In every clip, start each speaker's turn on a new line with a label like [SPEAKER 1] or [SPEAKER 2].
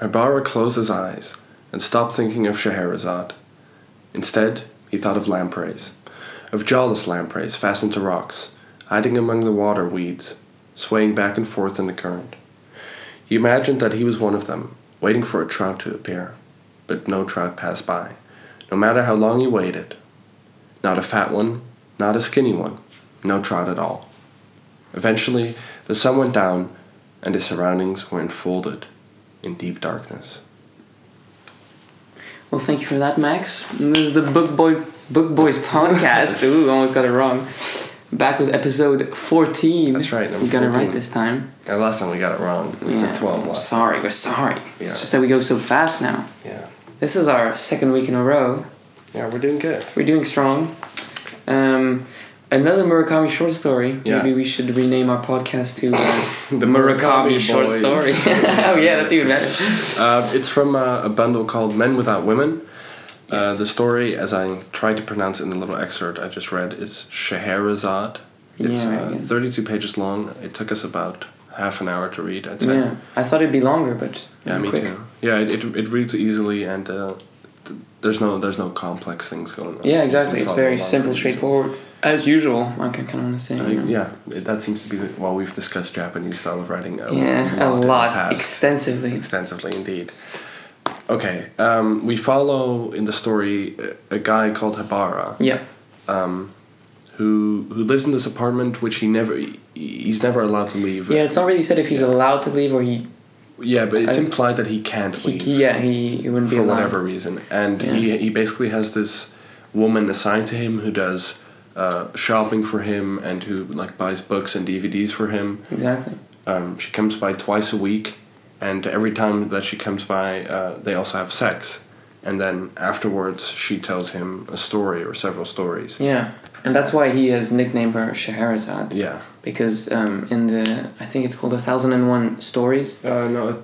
[SPEAKER 1] Ibarra closed his eyes and stopped thinking of Scheherazade. Instead, he thought of lampreys, of jawless lampreys fastened to rocks, hiding among the water weeds, swaying back and forth in the current. He imagined that he was one of them, waiting for a trout to appear. But no trout passed by, no matter how long he waited. Not a fat one, not a skinny one, no trout at all. Eventually, the sun went down, and his surroundings were enfolded in deep darkness.
[SPEAKER 2] Well, thank you for that, Max. And this is the Book Boy Book Boys podcast. Ooh, almost got it wrong. Back with episode fourteen.
[SPEAKER 1] That's right, number
[SPEAKER 2] We got it
[SPEAKER 1] 14.
[SPEAKER 2] right this time.
[SPEAKER 1] And last time we got it wrong. We
[SPEAKER 2] Yeah,
[SPEAKER 1] said 12
[SPEAKER 2] I'm
[SPEAKER 1] last
[SPEAKER 2] sorry, we're sorry.
[SPEAKER 1] Yeah.
[SPEAKER 2] It's just that we go so fast now.
[SPEAKER 1] Yeah.
[SPEAKER 2] This is our second week in a row.
[SPEAKER 1] Yeah, we're doing good.
[SPEAKER 2] We're doing strong. Um, another Murakami short story.
[SPEAKER 1] Yeah.
[SPEAKER 2] Maybe we should rename our podcast to uh,
[SPEAKER 1] The
[SPEAKER 2] short
[SPEAKER 1] Boys.
[SPEAKER 2] story. oh yeah, that's even better.
[SPEAKER 1] Uh, it's from uh, a bundle called Men Without Women. Uh,
[SPEAKER 2] Yes.
[SPEAKER 1] the story, as I tried to pronounce it in the little excerpt I just read, is Scheherazade. It's
[SPEAKER 2] Yeah, right,
[SPEAKER 1] uh,
[SPEAKER 2] yeah.
[SPEAKER 1] 32 pages long. It took us about half an hour to read, I'd say.
[SPEAKER 2] Yeah, I thought it'd be longer, but
[SPEAKER 1] Yeah, me
[SPEAKER 2] quick.
[SPEAKER 1] too. Yeah, it, it, it reads easily and uh, th- there's no there's no complex things going on.
[SPEAKER 2] Yeah, exactly.
[SPEAKER 1] You
[SPEAKER 2] It's
[SPEAKER 1] follow
[SPEAKER 2] very
[SPEAKER 1] along
[SPEAKER 2] simple,
[SPEAKER 1] pretty easily.
[SPEAKER 2] straightforward, as usual. I can kind of want to say.
[SPEAKER 1] Uh,
[SPEAKER 2] you know.
[SPEAKER 1] yeah, it- that seems to be the- well. We've discussed Japanese style of writing a
[SPEAKER 2] Yeah,
[SPEAKER 1] lot,
[SPEAKER 2] a
[SPEAKER 1] in the
[SPEAKER 2] lot,
[SPEAKER 1] past.
[SPEAKER 2] extensively.
[SPEAKER 1] extensively indeed. Okay, um, we follow in the story a- a guy called Habara
[SPEAKER 2] Yeah,
[SPEAKER 1] who who lives in this apartment which he never he- he's never allowed to leave.
[SPEAKER 2] yeah. It's not really said if he's allowed to leave or he,
[SPEAKER 1] Yeah, but it's
[SPEAKER 2] I-
[SPEAKER 1] implied that he can't
[SPEAKER 2] he,
[SPEAKER 1] leave
[SPEAKER 2] yeah, he, he wouldn't be
[SPEAKER 1] for
[SPEAKER 2] allowed.
[SPEAKER 1] whatever reason, and he he basically has this woman assigned to him who does. Uh, shopping for him and who like buys books and DVDs for him.
[SPEAKER 2] Exactly.
[SPEAKER 1] Um, she comes by twice a week, and every time that she comes by, uh, they also have sex. And then afterwards, she tells him a story or several stories.
[SPEAKER 2] Yeah, and that's why he has nicknamed her Scheherazade
[SPEAKER 1] Yeah.
[SPEAKER 2] because um, in the I think it's called a thousand and one stories.
[SPEAKER 1] Uh, no, it,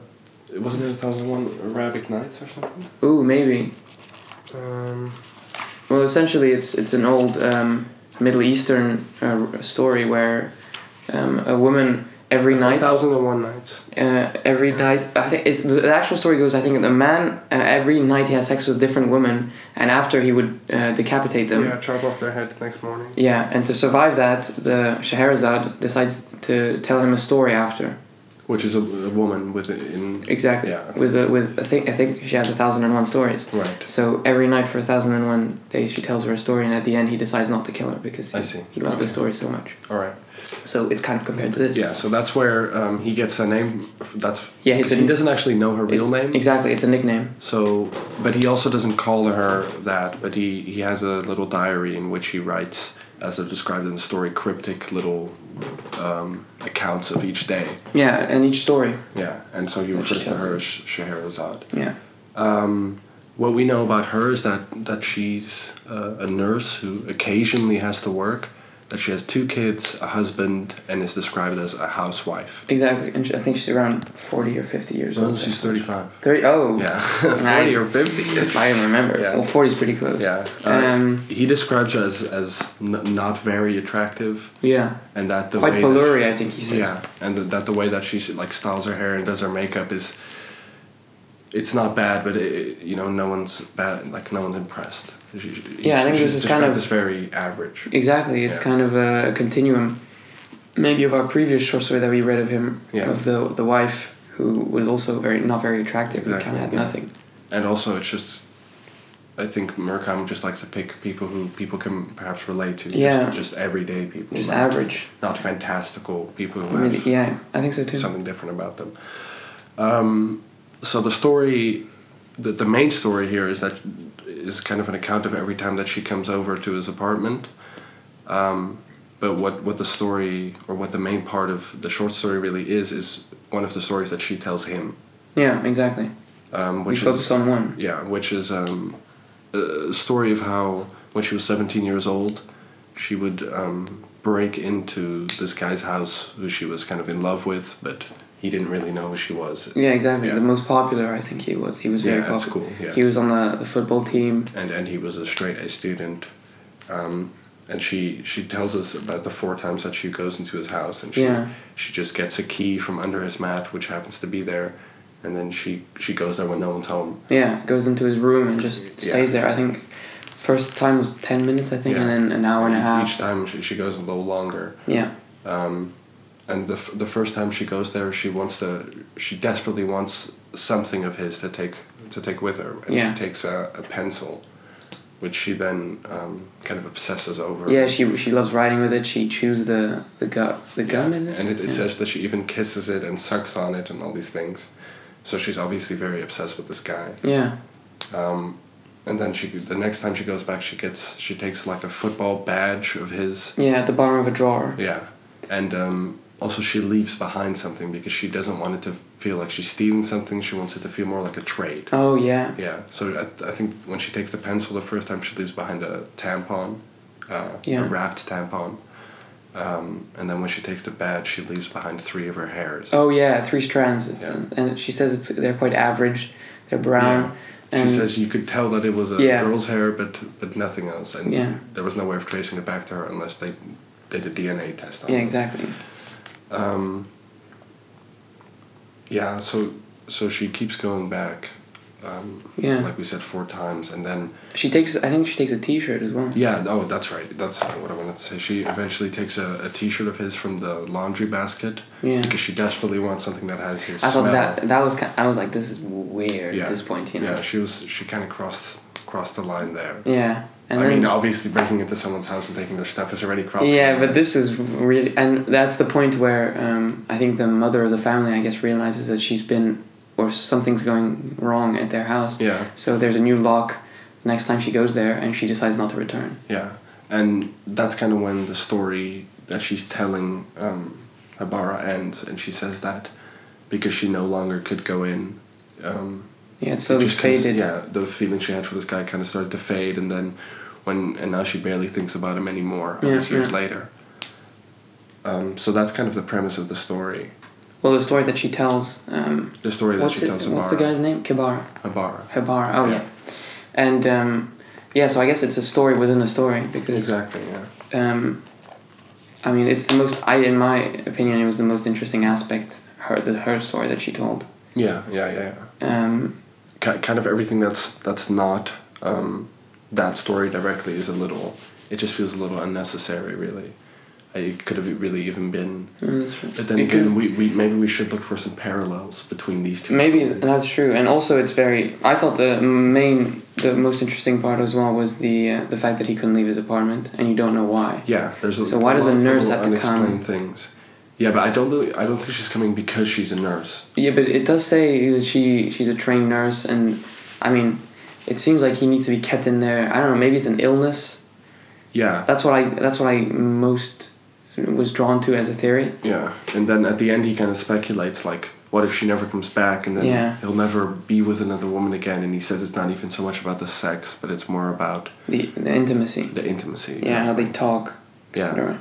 [SPEAKER 1] it wasn't it 1001 Arabic Nights or something?
[SPEAKER 2] Ooh, maybe.
[SPEAKER 1] Um,
[SPEAKER 2] Well, essentially, it's it's an old um, Middle Eastern uh, story where um, a woman every night
[SPEAKER 1] 1001 Nights.
[SPEAKER 2] uh, every night. I think it's the the actual story goes. I think the man uh, every night he has sex with different women, and after he would uh, decapitate them. Yeah.
[SPEAKER 1] chop off their head the next morning.
[SPEAKER 2] and to survive that, the Scheherazade decides to tell him a story after.
[SPEAKER 1] Which is a, a woman with it in.
[SPEAKER 2] Exactly.
[SPEAKER 1] Yeah.
[SPEAKER 2] With the, with I think I think she has a thousand and one stories.
[SPEAKER 1] Right.
[SPEAKER 2] So every night for a thousand and one days, she tells her a story, and at the end, he decides not to kill her because he,
[SPEAKER 1] I see.
[SPEAKER 2] he loved the
[SPEAKER 1] Okay.
[SPEAKER 2] story so much.
[SPEAKER 1] Alright.
[SPEAKER 2] So it's kind of compared to this.
[SPEAKER 1] Yeah, so that's where um, he gets a name. f- That's.
[SPEAKER 2] Yeah, it's
[SPEAKER 1] 'cause
[SPEAKER 2] a-
[SPEAKER 1] he doesn't actually know her real
[SPEAKER 2] It's-
[SPEAKER 1] name.
[SPEAKER 2] Exactly, it's a nickname.
[SPEAKER 1] So, but he also doesn't call her that, but he, he has a little diary in which he writes, as I've described in the story, cryptic little um, accounts of each day.
[SPEAKER 2] Yeah, and each story.
[SPEAKER 1] Yeah, and so he
[SPEAKER 2] That she
[SPEAKER 1] refers to
[SPEAKER 2] tells
[SPEAKER 1] her
[SPEAKER 2] him.
[SPEAKER 1] as Sh- Scheherazade.
[SPEAKER 2] Yeah.
[SPEAKER 1] Um, what we know about her is that, that she's uh, a nurse who occasionally has to work, that she has two kids, a husband, and is described as a housewife.
[SPEAKER 2] Exactly, and she, I think she's around forty or fifty years
[SPEAKER 1] Well,
[SPEAKER 2] old.
[SPEAKER 1] she's 35.
[SPEAKER 2] Thirty. Oh,
[SPEAKER 1] Yeah, 40 or 50.
[SPEAKER 2] If I even remember.
[SPEAKER 1] Yeah.
[SPEAKER 2] Well, forty's pretty close.
[SPEAKER 1] Yeah.
[SPEAKER 2] Um.
[SPEAKER 1] He describes her as as n- not very attractive,
[SPEAKER 2] Yeah.
[SPEAKER 1] and that the
[SPEAKER 2] Quite
[SPEAKER 1] way that
[SPEAKER 2] blurry, I think he
[SPEAKER 1] she,
[SPEAKER 2] says.
[SPEAKER 1] yeah, and th- that the way that she s- like styles her hair and does her makeup is. It's not bad, but it, you know, no one's bad. Like no one's impressed. She, he's-
[SPEAKER 2] Yeah, I think
[SPEAKER 1] she's
[SPEAKER 2] this is
[SPEAKER 1] described
[SPEAKER 2] kind of-
[SPEAKER 1] as very average.
[SPEAKER 2] Exactly. It's
[SPEAKER 1] Yeah.
[SPEAKER 2] kind of a continuum, maybe of our previous short story that we read of him,
[SPEAKER 1] Yeah.
[SPEAKER 2] of the the wife who was also very not very attractive. and
[SPEAKER 1] Exactly,
[SPEAKER 2] Kind of had
[SPEAKER 1] yeah.
[SPEAKER 2] nothing.
[SPEAKER 1] And also, it's just, I think Murakami just likes to pick people who people can perhaps relate to.
[SPEAKER 2] Yeah.
[SPEAKER 1] Just, just everyday people.
[SPEAKER 2] Just
[SPEAKER 1] not,
[SPEAKER 2] average.
[SPEAKER 1] Not fantastical people who have
[SPEAKER 2] Really. Yeah. I think so too.
[SPEAKER 1] something different about them. Um, so the story, the, the main story here is that is kind of an account of every time that she comes over to his apartment. Um, but what, what the story or what the main part of the short story really is is one of the stories that she tells him,
[SPEAKER 2] Yeah. Exactly.
[SPEAKER 1] um,
[SPEAKER 2] We
[SPEAKER 1] which
[SPEAKER 2] focus
[SPEAKER 1] is
[SPEAKER 2] on one.
[SPEAKER 1] yeah, which is um, a story of how when she was seventeen years old, she would um, break into this guy's house who she was kind of in love with, but he didn't really know who she was.
[SPEAKER 2] Yeah. Exactly.
[SPEAKER 1] Yeah.
[SPEAKER 2] The most popular, I think he was. He was very
[SPEAKER 1] yeah, that's
[SPEAKER 2] popular.
[SPEAKER 1] cool. Yeah,
[SPEAKER 2] He was on the, the football team.
[SPEAKER 1] and and he was a straight A student. Um, and she, she tells us about the four times that she goes into his house and she,
[SPEAKER 2] Yeah.
[SPEAKER 1] she just gets a key from under his mat which happens to be there and then she she goes there when no one's home.
[SPEAKER 2] Yeah, goes into his room and just stays there. I think first time was 10 minutes, I think,
[SPEAKER 1] Yeah.
[SPEAKER 2] and then an hour and a half.
[SPEAKER 1] Each time she, she goes a little longer.
[SPEAKER 2] Yeah.
[SPEAKER 1] Um, and the, f- the first time she goes there, she wants to, she desperately wants something of his to take to take with her, and
[SPEAKER 2] Yeah.
[SPEAKER 1] she takes a, a pencil, which she then um, kind of obsesses over.
[SPEAKER 2] Yeah, she she loves riding with it. She chews the the gum. The gum is it?
[SPEAKER 1] And it, it
[SPEAKER 2] Yeah.
[SPEAKER 1] says that she even kisses it and sucks on it and all these things. So she's obviously very obsessed with this guy.
[SPEAKER 2] Yeah.
[SPEAKER 1] Um, and then she the next time she goes back, she gets she takes like a football badge of his.
[SPEAKER 2] Yeah, at the bottom of a drawer.
[SPEAKER 1] Yeah, and um, also she leaves behind something because she doesn't want it to feel like she's stealing something. She wants it to feel more like a trade.
[SPEAKER 2] Oh yeah.
[SPEAKER 1] Yeah, so I, I think when she takes the pencil the first time, she leaves behind a tampon, uh,
[SPEAKER 2] Yeah.
[SPEAKER 1] a wrapped tampon. Um, and then when she takes the badge, she leaves behind three of her hairs.
[SPEAKER 2] Oh yeah, three strands. It's,
[SPEAKER 1] Yeah.
[SPEAKER 2] And she says it's they're quite average. They're brown.
[SPEAKER 1] She
[SPEAKER 2] And
[SPEAKER 1] says you could tell that it was a
[SPEAKER 2] Yeah.
[SPEAKER 1] girl's hair, but but nothing else, and
[SPEAKER 2] Yeah.
[SPEAKER 1] there was no way of tracing it back to her unless they did a DNA test on
[SPEAKER 2] Yeah,
[SPEAKER 1] it.
[SPEAKER 2] exactly.
[SPEAKER 1] Um, yeah, so so she keeps going back, um,
[SPEAKER 2] Yeah.
[SPEAKER 1] like we said four times, and then
[SPEAKER 2] she takes. I think she takes a T-shirt as well.
[SPEAKER 1] yeah, oh, that's right, that's what I wanted to say. She eventually takes a, a T-shirt of his from the laundry basket
[SPEAKER 2] Yeah.
[SPEAKER 1] because she desperately wants something that has his
[SPEAKER 2] Hmm. I
[SPEAKER 1] smell.
[SPEAKER 2] thought that that was. Kind I was like, this is weird
[SPEAKER 1] Yeah.
[SPEAKER 2] at this point. You know.
[SPEAKER 1] Yeah, she was she kind of crossed crossed the line there.
[SPEAKER 2] Yeah. And
[SPEAKER 1] I
[SPEAKER 2] then,
[SPEAKER 1] mean, obviously, breaking into someone's house and taking their stuff is already crossing.
[SPEAKER 2] yeah,
[SPEAKER 1] the
[SPEAKER 2] but
[SPEAKER 1] line.
[SPEAKER 2] this is really, and that's the point where um, I think the mother of the family, I guess, realizes that she's been, or something's going wrong at their house.
[SPEAKER 1] Yeah.
[SPEAKER 2] So there's a new lock the next time she goes there, and she decides not to return.
[SPEAKER 1] Yeah, and that's kind of when the story that she's telling um, Habara ends, and she says that because she no longer could go in. Um,
[SPEAKER 2] Yeah, it
[SPEAKER 1] it
[SPEAKER 2] slowly
[SPEAKER 1] kinda s-
[SPEAKER 2] faded.
[SPEAKER 1] yeah, the feeling she had for this guy kind of started to fade, and then when and now she barely thinks about him anymore. All
[SPEAKER 2] Yeah,
[SPEAKER 1] these years
[SPEAKER 2] yeah.
[SPEAKER 1] later. Um, so that's kind of the premise of the story.
[SPEAKER 2] Well, the story that she tells. Um,
[SPEAKER 1] The story that
[SPEAKER 2] what's
[SPEAKER 1] she
[SPEAKER 2] it,
[SPEAKER 1] tells Habara.
[SPEAKER 2] What's the guy's name? Kibara.
[SPEAKER 1] Habara.
[SPEAKER 2] Hibara. Oh yeah.
[SPEAKER 1] Yeah.
[SPEAKER 2] And um, yeah, so I guess it's a story within a story because.
[SPEAKER 1] Exactly. Yeah.
[SPEAKER 2] um, I mean, it's the most. I, in my opinion, it was the most interesting aspect her the her story that she told.
[SPEAKER 1] Yeah. Yeah. Yeah. yeah.
[SPEAKER 2] Um,
[SPEAKER 1] ki- kind of everything that's that's not um, that story directly is a little it just feels a little unnecessary really Uh, it could have really even been
[SPEAKER 2] mm, that's right.
[SPEAKER 1] but then
[SPEAKER 2] It could-
[SPEAKER 1] again we, we maybe we should look for some parallels between these two
[SPEAKER 2] maybe
[SPEAKER 1] stories.
[SPEAKER 2] that's true, and also it's very. I thought the main, the most interesting part as well was the uh, the fact that he couldn't leave his apartment, and you don't know why.
[SPEAKER 1] yeah there's a,
[SPEAKER 2] So why does
[SPEAKER 1] lot
[SPEAKER 2] a
[SPEAKER 1] of
[SPEAKER 2] nurse
[SPEAKER 1] little
[SPEAKER 2] have to come?
[SPEAKER 1] unexplained things yeah but i don't really, i don't think she's coming because she's a nurse
[SPEAKER 2] Yeah, but it does say that she she's a trained nurse, and I mean, it seems like he needs to be kept in there. I don't know. Maybe it's an illness.
[SPEAKER 1] yeah
[SPEAKER 2] That's what I. That's what I most was drawn to as a theory.
[SPEAKER 1] yeah and then at the end he kind of speculates like what if she never comes back and then
[SPEAKER 2] Yeah.
[SPEAKER 1] he'll never be with another woman again and he says it's not even so much about the sex but it's more about
[SPEAKER 2] The, the intimacy.
[SPEAKER 1] the intimacy
[SPEAKER 2] yeah how
[SPEAKER 1] exactly.
[SPEAKER 2] they talk
[SPEAKER 1] Yeah.
[SPEAKER 2] etc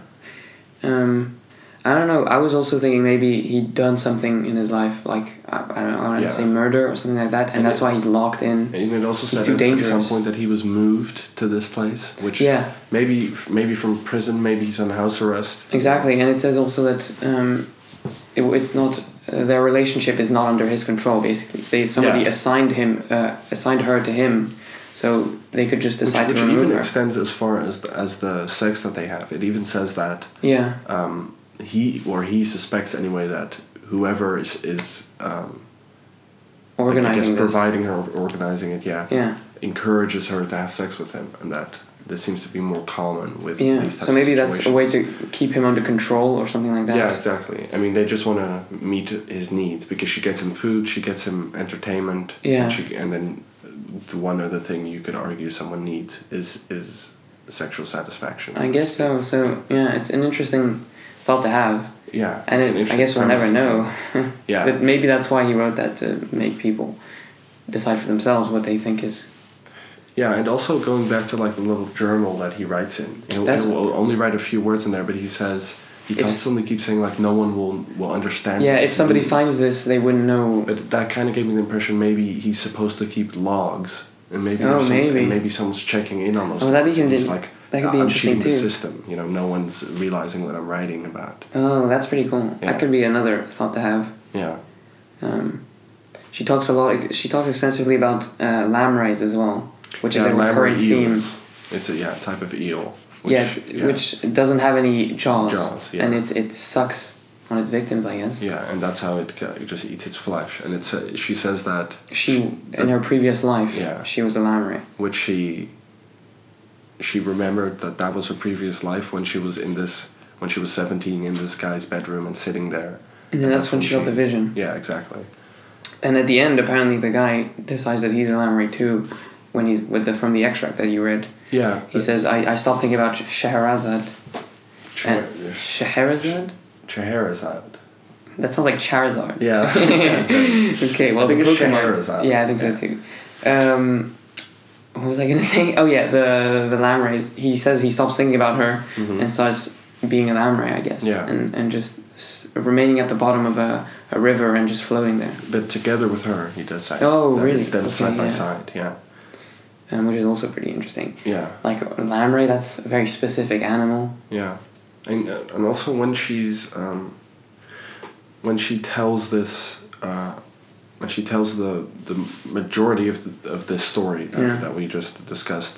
[SPEAKER 2] um i don't know i was also thinking maybe he'd done something in his life like i, I don't know i want to
[SPEAKER 1] Yeah.
[SPEAKER 2] say murder or something like that and,
[SPEAKER 1] And
[SPEAKER 2] that's
[SPEAKER 1] it-
[SPEAKER 2] why he's locked in
[SPEAKER 1] And it also said
[SPEAKER 2] It's too
[SPEAKER 1] at- at some
[SPEAKER 2] dangerous.
[SPEAKER 1] point that he was moved to this place, which
[SPEAKER 2] yeah
[SPEAKER 1] maybe maybe from prison, maybe he's on house arrest.
[SPEAKER 2] exactly and it says also that um it, it's not uh, their relationship is not under his control basically they somebody
[SPEAKER 1] Yeah.
[SPEAKER 2] assigned him uh, assigned her to him so they could just
[SPEAKER 1] Which,
[SPEAKER 2] decide
[SPEAKER 1] which
[SPEAKER 2] to remove
[SPEAKER 1] even
[SPEAKER 2] her
[SPEAKER 1] extends as far as the, as the sex that they have. It even says that
[SPEAKER 2] yeah
[SPEAKER 1] um, he or he suspects anyway that whoever is is um, like, I guess
[SPEAKER 2] organizing this
[SPEAKER 1] providing her or organizing it, yeah,
[SPEAKER 2] yeah
[SPEAKER 1] encourages her to have sex with him, and that this seems to be more common with
[SPEAKER 2] yeah
[SPEAKER 1] these types
[SPEAKER 2] so maybe
[SPEAKER 1] of
[SPEAKER 2] that's a
[SPEAKER 1] situations.
[SPEAKER 2] way to keep him under control or something like that
[SPEAKER 1] Yeah, exactly. I mean, they just want to meet his needs because she gets him food, she gets him entertainment,
[SPEAKER 2] Yeah.
[SPEAKER 1] and, she, and then the one other thing you could argue someone needs is is sexual satisfaction.
[SPEAKER 2] I guess so. So yeah, it's an interesting thought to have,
[SPEAKER 1] Yeah,
[SPEAKER 2] and
[SPEAKER 1] it's an
[SPEAKER 2] it, I
[SPEAKER 1] interesting
[SPEAKER 2] guess we'll never
[SPEAKER 1] premise.
[SPEAKER 2] know.
[SPEAKER 1] Yeah,
[SPEAKER 2] But maybe that's why he wrote that to make people decide for themselves what they think is.
[SPEAKER 1] yeah, and also going back to like the little journal that he writes in, he'll,
[SPEAKER 2] That's-
[SPEAKER 1] he'll only write a few words in there, but he says he
[SPEAKER 2] If-
[SPEAKER 1] constantly keeps saying like no one will will understand.
[SPEAKER 2] yeah,
[SPEAKER 1] what
[SPEAKER 2] if
[SPEAKER 1] this
[SPEAKER 2] somebody
[SPEAKER 1] means.
[SPEAKER 2] finds this, they wouldn't know.
[SPEAKER 1] But that kind of gave me the impression maybe he's supposed to keep logs, and maybe
[SPEAKER 2] Oh,
[SPEAKER 1] there's some-
[SPEAKER 2] maybe.
[SPEAKER 1] and maybe someone's checking in on those.
[SPEAKER 2] Oh, that'd be
[SPEAKER 1] logs, and he's
[SPEAKER 2] convenient.
[SPEAKER 1] like,
[SPEAKER 2] That could be
[SPEAKER 1] "I'm
[SPEAKER 2] interesting
[SPEAKER 1] cheating the
[SPEAKER 2] too."
[SPEAKER 1] system. You know, no one's realizing what I'm writing about.
[SPEAKER 2] Oh, that's pretty cool.
[SPEAKER 1] Yeah.
[SPEAKER 2] That could be another thought to have.
[SPEAKER 1] Yeah,
[SPEAKER 2] Um, She talks a lot. She talks extensively about uh, lamb rays as well, which is
[SPEAKER 1] Yeah,
[SPEAKER 2] a
[SPEAKER 1] lamprey
[SPEAKER 2] recurrent theme.
[SPEAKER 1] eels. It's a yeah type of eel.
[SPEAKER 2] yeah, it's, which doesn't have any jaws.
[SPEAKER 1] Jaws, yeah.
[SPEAKER 2] And it, it sucks on its victims, I guess.
[SPEAKER 1] yeah, and that's how it, ca- it just eats its flesh. And it's uh, she says that
[SPEAKER 2] She in her previous life,
[SPEAKER 1] Yeah.
[SPEAKER 2] she was a lamb ray.
[SPEAKER 1] which she she remembered that that was her previous life when she was in this when she was 17 in this guy's bedroom and sitting there
[SPEAKER 2] And then
[SPEAKER 1] And
[SPEAKER 2] that's, when she got the vision.
[SPEAKER 1] yeah exactly
[SPEAKER 2] And at the end, apparently, the guy decides that he's a lamb ray too. When he's with the from the extract that you read,
[SPEAKER 1] yeah
[SPEAKER 2] he says, "I, I stopped thinking about Scheherazade."
[SPEAKER 1] Che-
[SPEAKER 2] And Scheherazade.
[SPEAKER 1] Scheherazade
[SPEAKER 2] That sounds like Charizard.
[SPEAKER 1] yeah
[SPEAKER 2] okay, well,
[SPEAKER 1] I think
[SPEAKER 2] the
[SPEAKER 1] it's
[SPEAKER 2] Pokemon.
[SPEAKER 1] Scheherazade.
[SPEAKER 2] Yeah, I think
[SPEAKER 1] Yeah.
[SPEAKER 2] so too. Um, what was I gonna say? Oh yeah, the the lamb rays. He says he stops thinking about her and starts being a lamb ray, I guess.
[SPEAKER 1] Mm-hmm. Yeah.
[SPEAKER 2] And and just s- remaining at the bottom of a, a river and just floating there,
[SPEAKER 1] but together with her he does say
[SPEAKER 2] Oh,
[SPEAKER 1] that
[SPEAKER 2] really?
[SPEAKER 1] it's them
[SPEAKER 2] Okay,
[SPEAKER 1] side by
[SPEAKER 2] yeah.
[SPEAKER 1] side yeah
[SPEAKER 2] um, which is also pretty interesting.
[SPEAKER 1] yeah
[SPEAKER 2] Like a lamb ray, that's a very specific animal.
[SPEAKER 1] Yeah, and uh, and also when she's um, when she tells this uh, when she tells the the majority of the, of this story that,
[SPEAKER 2] Yeah.
[SPEAKER 1] that we just discussed,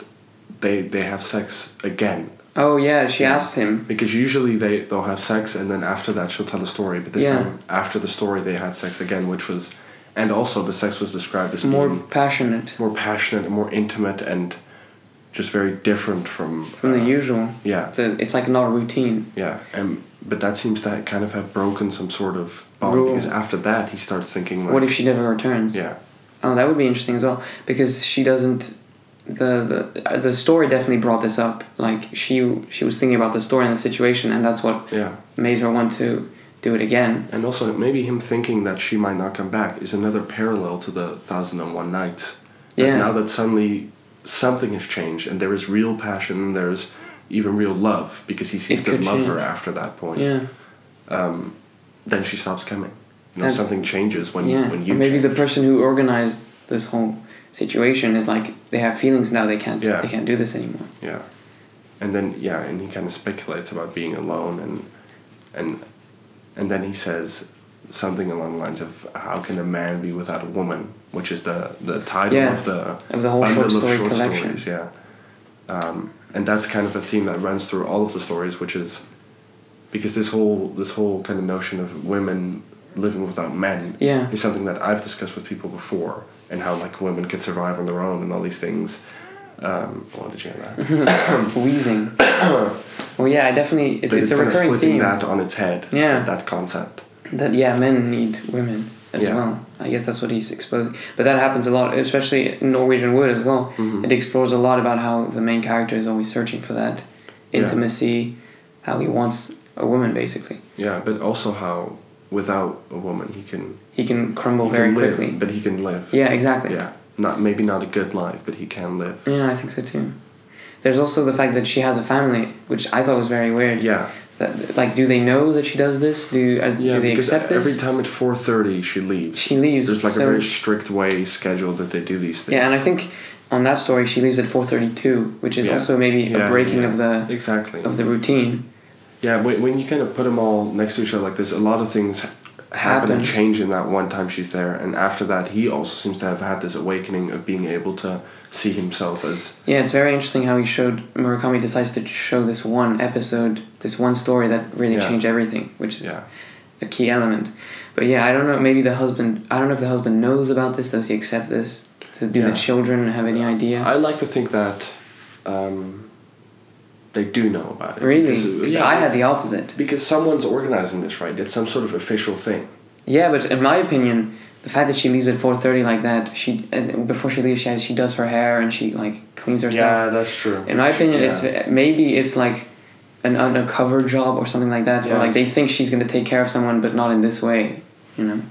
[SPEAKER 1] they they have sex again
[SPEAKER 2] Oh yeah, she
[SPEAKER 1] Yeah.
[SPEAKER 2] asks him.
[SPEAKER 1] because usually they they'll have sex and then after that she'll tell a story, but this
[SPEAKER 2] Yeah.
[SPEAKER 1] time after the story they had sex again, which was, and also the sex was described as
[SPEAKER 2] More
[SPEAKER 1] being
[SPEAKER 2] passionate
[SPEAKER 1] more passionate and more intimate and just very different from
[SPEAKER 2] from
[SPEAKER 1] uh,
[SPEAKER 2] the usual.
[SPEAKER 1] yeah
[SPEAKER 2] It's, a- it's like not routine.
[SPEAKER 1] yeah, and but that seems to kind of have broken some sort of bond
[SPEAKER 2] Rule.
[SPEAKER 1] because after that he starts thinking like,
[SPEAKER 2] What if she never returns?
[SPEAKER 1] yeah,
[SPEAKER 2] Oh, that would be interesting as well because she doesn't. The, the uh, the story definitely brought this up. Like she she was thinking about the story and the situation, and that's what
[SPEAKER 1] yeah,
[SPEAKER 2] made her want to do it again.
[SPEAKER 1] and also maybe him thinking that she might not come back is another parallel to the Thousand and One Nights. That
[SPEAKER 2] Yeah.
[SPEAKER 1] Now that suddenly something has changed and there is real passion and there is even real love because he seems
[SPEAKER 2] It
[SPEAKER 1] to
[SPEAKER 2] could
[SPEAKER 1] love her
[SPEAKER 2] change.
[SPEAKER 1] after that point.
[SPEAKER 2] Yeah,
[SPEAKER 1] Then she stops coming. You know,
[SPEAKER 2] That's-
[SPEAKER 1] something changes when
[SPEAKER 2] yeah.
[SPEAKER 1] when you
[SPEAKER 2] or maybe
[SPEAKER 1] change.
[SPEAKER 2] the person who organized this whole situation is like they have feelings now. They can't.
[SPEAKER 1] Yeah.
[SPEAKER 2] They can't do this anymore.
[SPEAKER 1] Yeah. And then yeah, and he kind of speculates about being alone and and and then he says something along the lines of how can a man be without a woman, which is the the title
[SPEAKER 2] Yeah,
[SPEAKER 1] of the
[SPEAKER 2] of the whole short
[SPEAKER 1] bundle
[SPEAKER 2] story collection.
[SPEAKER 1] stories, yeah. Um, and that's kind of a theme that runs through all of the stories, which is because this whole this whole kind of notion of women living without men
[SPEAKER 2] Yeah.
[SPEAKER 1] is something that I've discussed with people before and how like women can survive on their own and all these things. Um, oh, did you hear that?
[SPEAKER 2] Mm-hmm. Wheezing. well, yeah, I definitely. It,
[SPEAKER 1] but it's,
[SPEAKER 2] it's, a
[SPEAKER 1] kind of
[SPEAKER 2] recurring
[SPEAKER 1] flipping
[SPEAKER 2] theme.
[SPEAKER 1] that on its head.
[SPEAKER 2] Yeah.
[SPEAKER 1] That concept.
[SPEAKER 2] that yeah men need women as
[SPEAKER 1] Yeah.
[SPEAKER 2] well i guess that's what he's exposing but that happens a lot especially in norwegian wood as well
[SPEAKER 1] Mm-hmm.
[SPEAKER 2] it explores a lot about how the main character is always searching for that
[SPEAKER 1] Yeah.
[SPEAKER 2] intimacy how he wants a woman basically
[SPEAKER 1] Yeah, but also how without a woman he can
[SPEAKER 2] he can crumble
[SPEAKER 1] he
[SPEAKER 2] very
[SPEAKER 1] can live,
[SPEAKER 2] quickly
[SPEAKER 1] but he can live.
[SPEAKER 2] yeah exactly
[SPEAKER 1] Yeah. Not maybe not a good life, but he can live.
[SPEAKER 2] Yeah, i think so too there's also the fact that she has a family which i thought was very weird
[SPEAKER 1] Yeah.
[SPEAKER 2] Is that, like do they know that she does this do, uh,
[SPEAKER 1] Yeah.
[SPEAKER 2] do they
[SPEAKER 1] because
[SPEAKER 2] accept this
[SPEAKER 1] every time at four thirty she leaves.
[SPEAKER 2] she leaves
[SPEAKER 1] There's like
[SPEAKER 2] so
[SPEAKER 1] a very strict way scheduled that they do these things.
[SPEAKER 2] Yeah, and I think on that story she leaves at four thirty two, which is
[SPEAKER 1] Yeah.
[SPEAKER 2] also maybe
[SPEAKER 1] Yeah,
[SPEAKER 2] a breaking
[SPEAKER 1] yeah.
[SPEAKER 2] of the
[SPEAKER 1] exactly.
[SPEAKER 2] of the routine.
[SPEAKER 1] Yeah, when, when you kind of put them all next to each other like this, a lot of things happen, and
[SPEAKER 2] Happen.
[SPEAKER 1] change in that one time she's there, and after that, he also seems to have had this awakening of being able to see himself as
[SPEAKER 2] Yeah, it's very interesting how he showed Murakami decides to show this one episode, this one story that really
[SPEAKER 1] Yeah.
[SPEAKER 2] changed everything, which is
[SPEAKER 1] yeah,
[SPEAKER 2] a key element. But yeah, I don't know. Maybe the husband. I don't know if the husband knows about this. Does he accept this? Do do
[SPEAKER 1] Yeah.
[SPEAKER 2] the children have any idea?
[SPEAKER 1] I like to think that um, they do know about it.
[SPEAKER 2] really?
[SPEAKER 1] Because,
[SPEAKER 2] Because
[SPEAKER 1] yeah,
[SPEAKER 2] I had the opposite.
[SPEAKER 1] because someone's organizing this, right? It's some sort of official thing.
[SPEAKER 2] Yeah, but in my opinion, the fact that she leaves at four thirty like that, she and before she leaves, she has, she does her hair and she like cleans herself.
[SPEAKER 1] that's true.
[SPEAKER 2] In my opinion,
[SPEAKER 1] Yeah.
[SPEAKER 2] it's maybe it's like an undercover job or something like that,
[SPEAKER 1] Yeah,
[SPEAKER 2] where like they
[SPEAKER 1] it's-
[SPEAKER 2] think she's gonna take care of someone, but not in this way, you know.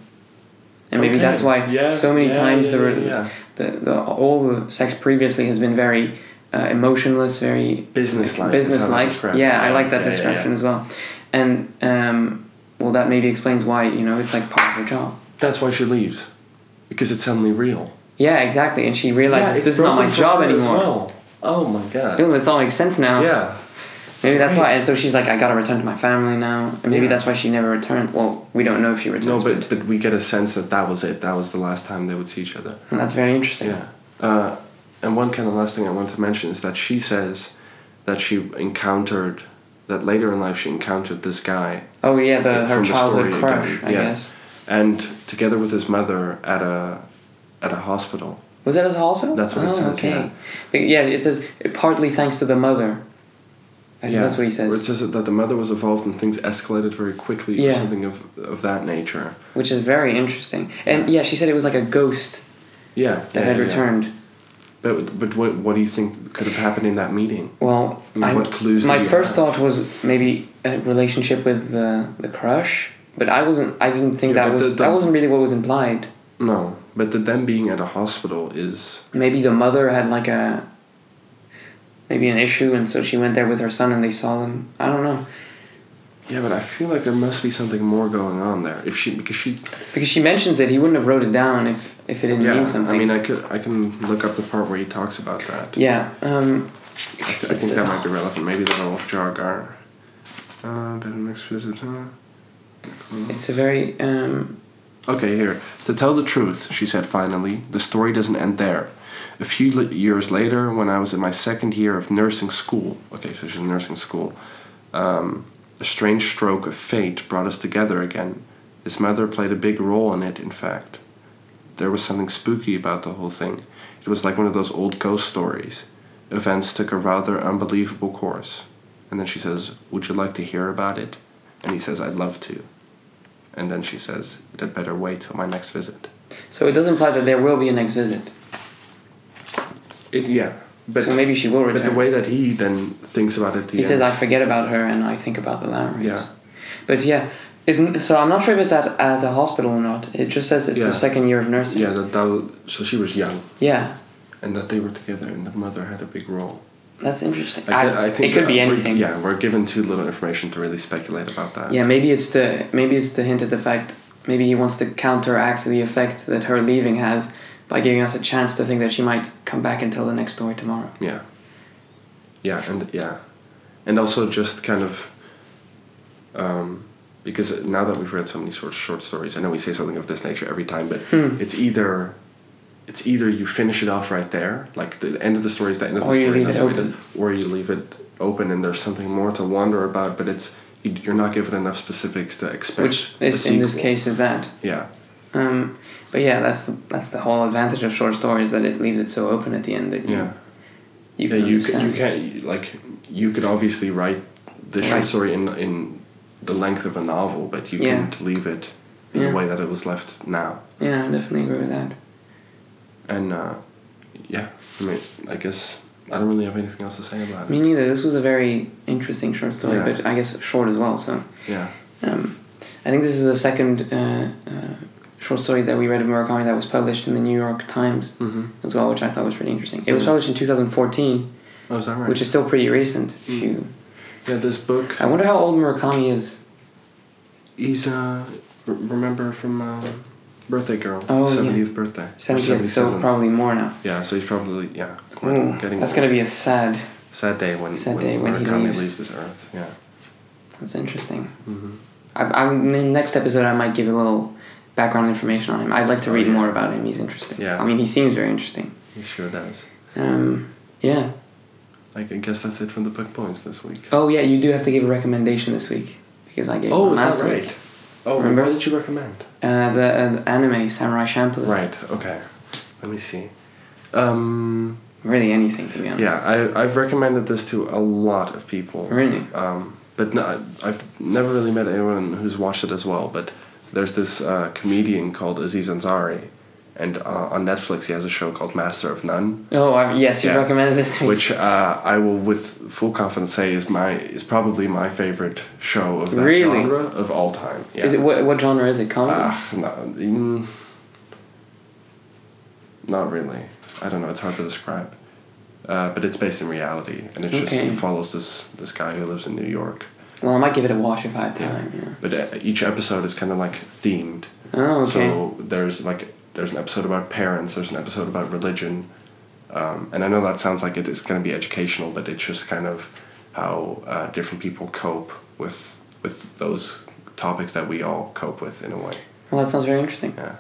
[SPEAKER 2] And maybe
[SPEAKER 1] Okay.
[SPEAKER 2] that's why
[SPEAKER 1] Yeah,
[SPEAKER 2] so many
[SPEAKER 1] yeah,
[SPEAKER 2] times
[SPEAKER 1] yeah,
[SPEAKER 2] the, re-
[SPEAKER 1] yeah, yeah.
[SPEAKER 2] the the all the sex previously has been very uh, emotionless, very
[SPEAKER 1] Business-like is how they
[SPEAKER 2] business like.
[SPEAKER 1] describe it.
[SPEAKER 2] Yeah, I
[SPEAKER 1] Yeah,
[SPEAKER 2] like that
[SPEAKER 1] yeah, yeah,
[SPEAKER 2] description
[SPEAKER 1] yeah.
[SPEAKER 2] as well. And um, well, that maybe explains why you know it's like part of her job.
[SPEAKER 1] that's why she leaves, because it's suddenly real.
[SPEAKER 2] Yeah, exactly. And she
[SPEAKER 1] Yeah,
[SPEAKER 2] realizes
[SPEAKER 1] it's
[SPEAKER 2] this is not
[SPEAKER 1] broken
[SPEAKER 2] my
[SPEAKER 1] for
[SPEAKER 2] job
[SPEAKER 1] her as
[SPEAKER 2] anymore.
[SPEAKER 1] well. Oh my god.
[SPEAKER 2] Ooh, this all makes sense now.
[SPEAKER 1] Yeah.
[SPEAKER 2] Maybe that's
[SPEAKER 1] Right.
[SPEAKER 2] why. And so she's like, I gotta return to my family now. And maybe
[SPEAKER 1] Yeah.
[SPEAKER 2] that's why she never returned. Well, we don't know if she
[SPEAKER 1] No,
[SPEAKER 2] returns.
[SPEAKER 1] but but we get a sense that that was it. That was the last time they would see each other.
[SPEAKER 2] And that's very interesting.
[SPEAKER 1] Yeah. Uh, and one kind of last thing I want to mention is that she says that she encountered that later in life she encountered this guy
[SPEAKER 2] Oh yeah, the her
[SPEAKER 1] From the
[SPEAKER 2] childhood
[SPEAKER 1] story
[SPEAKER 2] crush.
[SPEAKER 1] again,
[SPEAKER 2] I
[SPEAKER 1] yeah.
[SPEAKER 2] guess
[SPEAKER 1] and together with his mother at a at a hospital.
[SPEAKER 2] was that his hospital?
[SPEAKER 1] That's what it
[SPEAKER 2] oh,
[SPEAKER 1] says, yeah.
[SPEAKER 2] Okay. But yeah, it says partly thanks to the mother. I think that's what he
[SPEAKER 1] Where
[SPEAKER 2] says,
[SPEAKER 1] it says that the mother was involved and things escalated very quickly or
[SPEAKER 2] Yeah.
[SPEAKER 1] something of of that nature.
[SPEAKER 2] which is very interesting. And yeah, she said it was like a ghost
[SPEAKER 1] Yeah.
[SPEAKER 2] that
[SPEAKER 1] yeah,
[SPEAKER 2] had
[SPEAKER 1] yeah, yeah.
[SPEAKER 2] returned.
[SPEAKER 1] But but what what do you think could have happened in that meeting?
[SPEAKER 2] Well,
[SPEAKER 1] I mean,
[SPEAKER 2] I-
[SPEAKER 1] what uh, clues?
[SPEAKER 2] my
[SPEAKER 1] did you
[SPEAKER 2] first
[SPEAKER 1] have?
[SPEAKER 2] thought was maybe a relationship with the the crush, but I wasn't. I didn't think
[SPEAKER 1] Yeah,
[SPEAKER 2] that
[SPEAKER 1] but
[SPEAKER 2] was
[SPEAKER 1] the- the-
[SPEAKER 2] that wasn't really what was implied.
[SPEAKER 1] No, but the, them being at a hospital is
[SPEAKER 2] Maybe the mother had like a maybe an issue, and so she went there with her son, and they saw them. I don't know
[SPEAKER 1] yeah. But I feel like there must be something more going on there. If she because she
[SPEAKER 2] because she mentions it. He wouldn't have wrote it down if if it didn't
[SPEAKER 1] yeah.
[SPEAKER 2] mean something.
[SPEAKER 1] I mean, I could I can look up the part where he talks about that.
[SPEAKER 2] yeah. Um,
[SPEAKER 1] I, th- I
[SPEAKER 2] It's
[SPEAKER 1] think
[SPEAKER 2] uh,
[SPEAKER 1] that
[SPEAKER 2] a-
[SPEAKER 1] might be relevant. Maybe that'll jog our. Uh, better next visit, huh?
[SPEAKER 2] it's a very um,
[SPEAKER 1] Okay, here. To tell the truth, she said finally, the story doesn't end there. A few li- years later, when I was in my second year of nursing school, okay, so she's in nursing school, um, a strange stroke of fate brought us together again. His mother played a big role in it, in fact. There was something spooky about the whole thing. It was like one of those old ghost stories. Events took a rather unbelievable course. And then she says, Would you like to hear about it? And he says, I'd love to. And then she says, It had better wait till my next visit.
[SPEAKER 2] so it does imply that there will be a next visit.
[SPEAKER 1] It, yeah. But,
[SPEAKER 2] so maybe she will
[SPEAKER 1] but
[SPEAKER 2] return.
[SPEAKER 1] the way that he then thinks about it, the
[SPEAKER 2] He says,
[SPEAKER 1] end-
[SPEAKER 2] "I forget about her and I think about the Lowrys."
[SPEAKER 1] Yeah.
[SPEAKER 2] But yeah, it, so I'm not sure if it's at as a hospital or not. It just says it's
[SPEAKER 1] Yeah.
[SPEAKER 2] her second year of nursing.
[SPEAKER 1] Yeah, that, that was, so she was young,
[SPEAKER 2] Yeah,
[SPEAKER 1] and that they were together, and the mother had a big role.
[SPEAKER 2] that's interesting.
[SPEAKER 1] I,
[SPEAKER 2] I,
[SPEAKER 1] thi- I think
[SPEAKER 2] it could
[SPEAKER 1] that
[SPEAKER 2] be
[SPEAKER 1] we're-
[SPEAKER 2] anything.
[SPEAKER 1] yeah, we're given too little information to really speculate about that.
[SPEAKER 2] Yeah, maybe it's to maybe it's to hint at the fact maybe he wants to counteract the effect that her leaving has by giving us a chance to think that she might come back and tell the next story tomorrow.
[SPEAKER 1] Yeah. Yeah, and yeah, and also just kind of, um, because now that we've read so many short short stories, I know we say something of this nature every time, but
[SPEAKER 2] Hmm.
[SPEAKER 1] it's either, it's either you finish it off right there, like the end of the story is the end of
[SPEAKER 2] Or
[SPEAKER 1] the
[SPEAKER 2] you
[SPEAKER 1] story,
[SPEAKER 2] leave
[SPEAKER 1] and that's
[SPEAKER 2] it
[SPEAKER 1] the way it
[SPEAKER 2] open.
[SPEAKER 1] is, or you leave it open, and there's something more to wonder about, but it's you- you're not given enough specifics to expect.
[SPEAKER 2] Which
[SPEAKER 1] a
[SPEAKER 2] is in this
[SPEAKER 1] sequel.
[SPEAKER 2] case is that.
[SPEAKER 1] yeah,
[SPEAKER 2] Um, but yeah, that's the that's the whole advantage of short stories that it leaves it so open at the end that you
[SPEAKER 1] yeah.
[SPEAKER 2] you
[SPEAKER 1] yeah,
[SPEAKER 2] can
[SPEAKER 1] you can,
[SPEAKER 2] understand.
[SPEAKER 1] you can like you could obviously write the short
[SPEAKER 2] Right.
[SPEAKER 1] story in in the length of a novel, but you
[SPEAKER 2] Yeah.
[SPEAKER 1] can't leave it in
[SPEAKER 2] Yeah.
[SPEAKER 1] the way that it was left now.
[SPEAKER 2] Yeah, I definitely agree with that.
[SPEAKER 1] And uh, yeah, I mean, I guess I don't really have anything else to say about
[SPEAKER 2] Me
[SPEAKER 1] it.
[SPEAKER 2] neither. This was a very interesting short story,
[SPEAKER 1] Yeah.
[SPEAKER 2] but I guess short as well. So
[SPEAKER 1] Yeah,
[SPEAKER 2] um, I think this is the second uh, uh, short story that we read of Murakami that was published in the New York Times
[SPEAKER 1] mm-hmm.
[SPEAKER 2] as well, which I thought was pretty interesting. It was
[SPEAKER 1] Mhm.
[SPEAKER 2] published in 2014,
[SPEAKER 1] oh, is that right?
[SPEAKER 2] which is still pretty recent. If
[SPEAKER 1] Mm.
[SPEAKER 2] you,
[SPEAKER 1] yeah, this book.
[SPEAKER 2] I wonder how old Murakami is.
[SPEAKER 1] He's uh, re- remember from uh, Birthday Girl,
[SPEAKER 2] Oh, yeah.
[SPEAKER 1] seventieth birthday, or
[SPEAKER 2] 70, so
[SPEAKER 1] 77th.
[SPEAKER 2] probably more now.
[SPEAKER 1] Yeah, so he's probably yeah. quite-
[SPEAKER 2] Ooh,
[SPEAKER 1] getting
[SPEAKER 2] that's
[SPEAKER 1] old.
[SPEAKER 2] gonna be a sad.
[SPEAKER 1] sad day when
[SPEAKER 2] sad
[SPEAKER 1] when,
[SPEAKER 2] day when he
[SPEAKER 1] Murakami
[SPEAKER 2] leaves.
[SPEAKER 1] this earth. Yeah.
[SPEAKER 2] That's interesting.
[SPEAKER 1] Mm-hmm.
[SPEAKER 2] I, I'm in the next episode. I might give a little background information on him. I'd like to
[SPEAKER 1] Oh,
[SPEAKER 2] read
[SPEAKER 1] yeah.
[SPEAKER 2] more about him. He's interesting.
[SPEAKER 1] Yeah.
[SPEAKER 2] I mean, he seems very interesting.
[SPEAKER 1] He sure does.
[SPEAKER 2] Um, yeah.
[SPEAKER 1] I g- guess that's it from the book points this week.
[SPEAKER 2] Oh yeah, you do have to give a recommendation this week because I gave. one last Week.
[SPEAKER 1] Oh,
[SPEAKER 2] Remember?
[SPEAKER 1] what did you recommend?
[SPEAKER 2] Uh, the uh, the anime Samurai Champloo.
[SPEAKER 1] Right. Okay. Let me see. Um,
[SPEAKER 2] Really, anything to be honest.
[SPEAKER 1] yeah, I, I've recommended this to a lot of people.
[SPEAKER 2] Really.
[SPEAKER 1] Um, but no, I- I've never really met anyone who's watched it as well. But there's this uh, comedian called Aziz Ansari, and uh, on Netflix he has a show called Master of None,
[SPEAKER 2] Oh, I've, yes, you
[SPEAKER 1] Yeah.
[SPEAKER 2] have recommended this to me.
[SPEAKER 1] which uh, I will with full confidence say is my is probably my favorite show of that
[SPEAKER 2] Really?
[SPEAKER 1] genre of all time. Yeah.
[SPEAKER 2] Is it what, what genre is it? Comedy.
[SPEAKER 1] Ah, no, mm, not really. I don't know. It's hard to describe. Uh, but it's based in reality, and it's just
[SPEAKER 2] Okay.
[SPEAKER 1] it follows this this guy who lives in New York.
[SPEAKER 2] well, I might give it a watch if I have
[SPEAKER 1] Yeah.
[SPEAKER 2] time. Yeah.
[SPEAKER 1] But uh, each episode is kind of like themed.
[SPEAKER 2] Oh, okay.
[SPEAKER 1] So there's like there's an episode about parents. There's an episode about religion. Um, and I know that sounds like it is going to be educational, but it's just kind of how uh, different people cope with with those topics that we all cope with in a way.
[SPEAKER 2] Well, that sounds very interesting.
[SPEAKER 1] Yeah,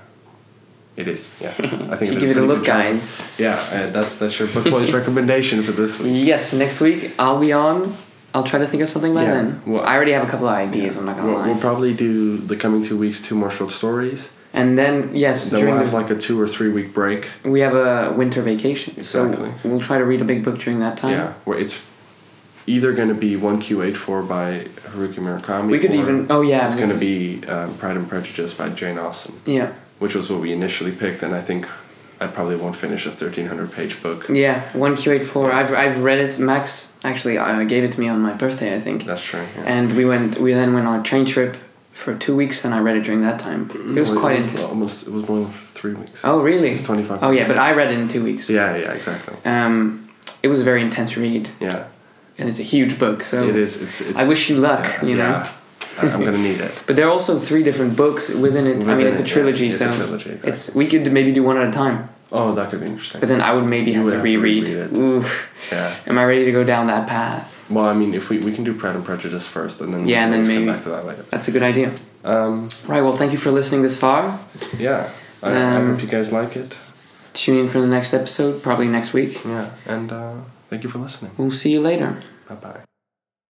[SPEAKER 1] it is. Yeah,
[SPEAKER 2] I
[SPEAKER 1] I
[SPEAKER 2] think
[SPEAKER 1] think did
[SPEAKER 2] you give it a
[SPEAKER 1] pretty
[SPEAKER 2] look,
[SPEAKER 1] good job.
[SPEAKER 2] guys.
[SPEAKER 1] Yeah, uh, that's that's your book boy's recommendation for this week.
[SPEAKER 2] Yes, next week I'll be on. I'll try to think of something by
[SPEAKER 1] Yeah,
[SPEAKER 2] then.
[SPEAKER 1] well-
[SPEAKER 2] I already have a couple of ideas. I'm not gonna
[SPEAKER 1] We'll,
[SPEAKER 2] lie.
[SPEAKER 1] we'll probably do the coming two weeks two more short stories.
[SPEAKER 2] and then yes,
[SPEAKER 1] Then
[SPEAKER 2] during
[SPEAKER 1] we'll have
[SPEAKER 2] the
[SPEAKER 1] like a two or three week break.
[SPEAKER 2] we have a winter vacation,
[SPEAKER 1] Exactly.
[SPEAKER 2] so we'll try to read a big book during that time.
[SPEAKER 1] Yeah, where it's either going to be one Q eight four by Haruki Murakami.
[SPEAKER 2] We could
[SPEAKER 1] or
[SPEAKER 2] even oh yeah,
[SPEAKER 1] It's going to
[SPEAKER 2] because-
[SPEAKER 1] be um, Pride and Prejudice by Jane Austen,
[SPEAKER 2] yeah
[SPEAKER 1] which was what we initially picked, and I think I probably won't finish a thirteen hundred page book.
[SPEAKER 2] yeah one Q eight four. I've I've read it. Max actually uh, gave it to me on my birthday, I think.
[SPEAKER 1] That's true. Yeah.
[SPEAKER 2] and we went we then went on a train trip for two weeks and i read it during that time it was
[SPEAKER 1] Well,
[SPEAKER 2] quite
[SPEAKER 1] was
[SPEAKER 2] intense
[SPEAKER 1] Almost, it was more than three weeks.
[SPEAKER 2] oh really
[SPEAKER 1] It's twenty five.
[SPEAKER 2] oh yeah but i read it in two weeks
[SPEAKER 1] Yeah, yeah, exactly.
[SPEAKER 2] um it was a very intense read
[SPEAKER 1] Yeah,
[SPEAKER 2] and it's a huge book so
[SPEAKER 1] it is. It's. it's
[SPEAKER 2] i wish you luck
[SPEAKER 1] yeah,
[SPEAKER 2] you know
[SPEAKER 1] yeah. I- I'm gonna need it.
[SPEAKER 2] but there are also three different books within it i mean
[SPEAKER 1] Within
[SPEAKER 2] it's a
[SPEAKER 1] it, yeah.
[SPEAKER 2] trilogy
[SPEAKER 1] It's a
[SPEAKER 2] so
[SPEAKER 1] trilogy, exactly.
[SPEAKER 2] it's we could maybe do one at a time
[SPEAKER 1] Oh, that could be interesting.
[SPEAKER 2] but then i would maybe
[SPEAKER 1] You
[SPEAKER 2] have
[SPEAKER 1] would
[SPEAKER 2] to
[SPEAKER 1] have to
[SPEAKER 2] reread,
[SPEAKER 1] reread it.
[SPEAKER 2] Oof.
[SPEAKER 1] yeah.
[SPEAKER 2] am i ready to go down that path
[SPEAKER 1] Well, I mean, if we, we can do Pride and Prejudice first, and then
[SPEAKER 2] Yeah, and then
[SPEAKER 1] let's come
[SPEAKER 2] maybe-
[SPEAKER 1] back to that later.
[SPEAKER 2] that's a good idea
[SPEAKER 1] Um,
[SPEAKER 2] right well thank you for listening this far
[SPEAKER 1] yeah, I, I
[SPEAKER 2] Um,
[SPEAKER 1] hope you guys like it.
[SPEAKER 2] tune in for the next episode probably next week
[SPEAKER 1] Yeah, and uh, thank you for listening.
[SPEAKER 2] we'll see you later
[SPEAKER 1] Bye bye.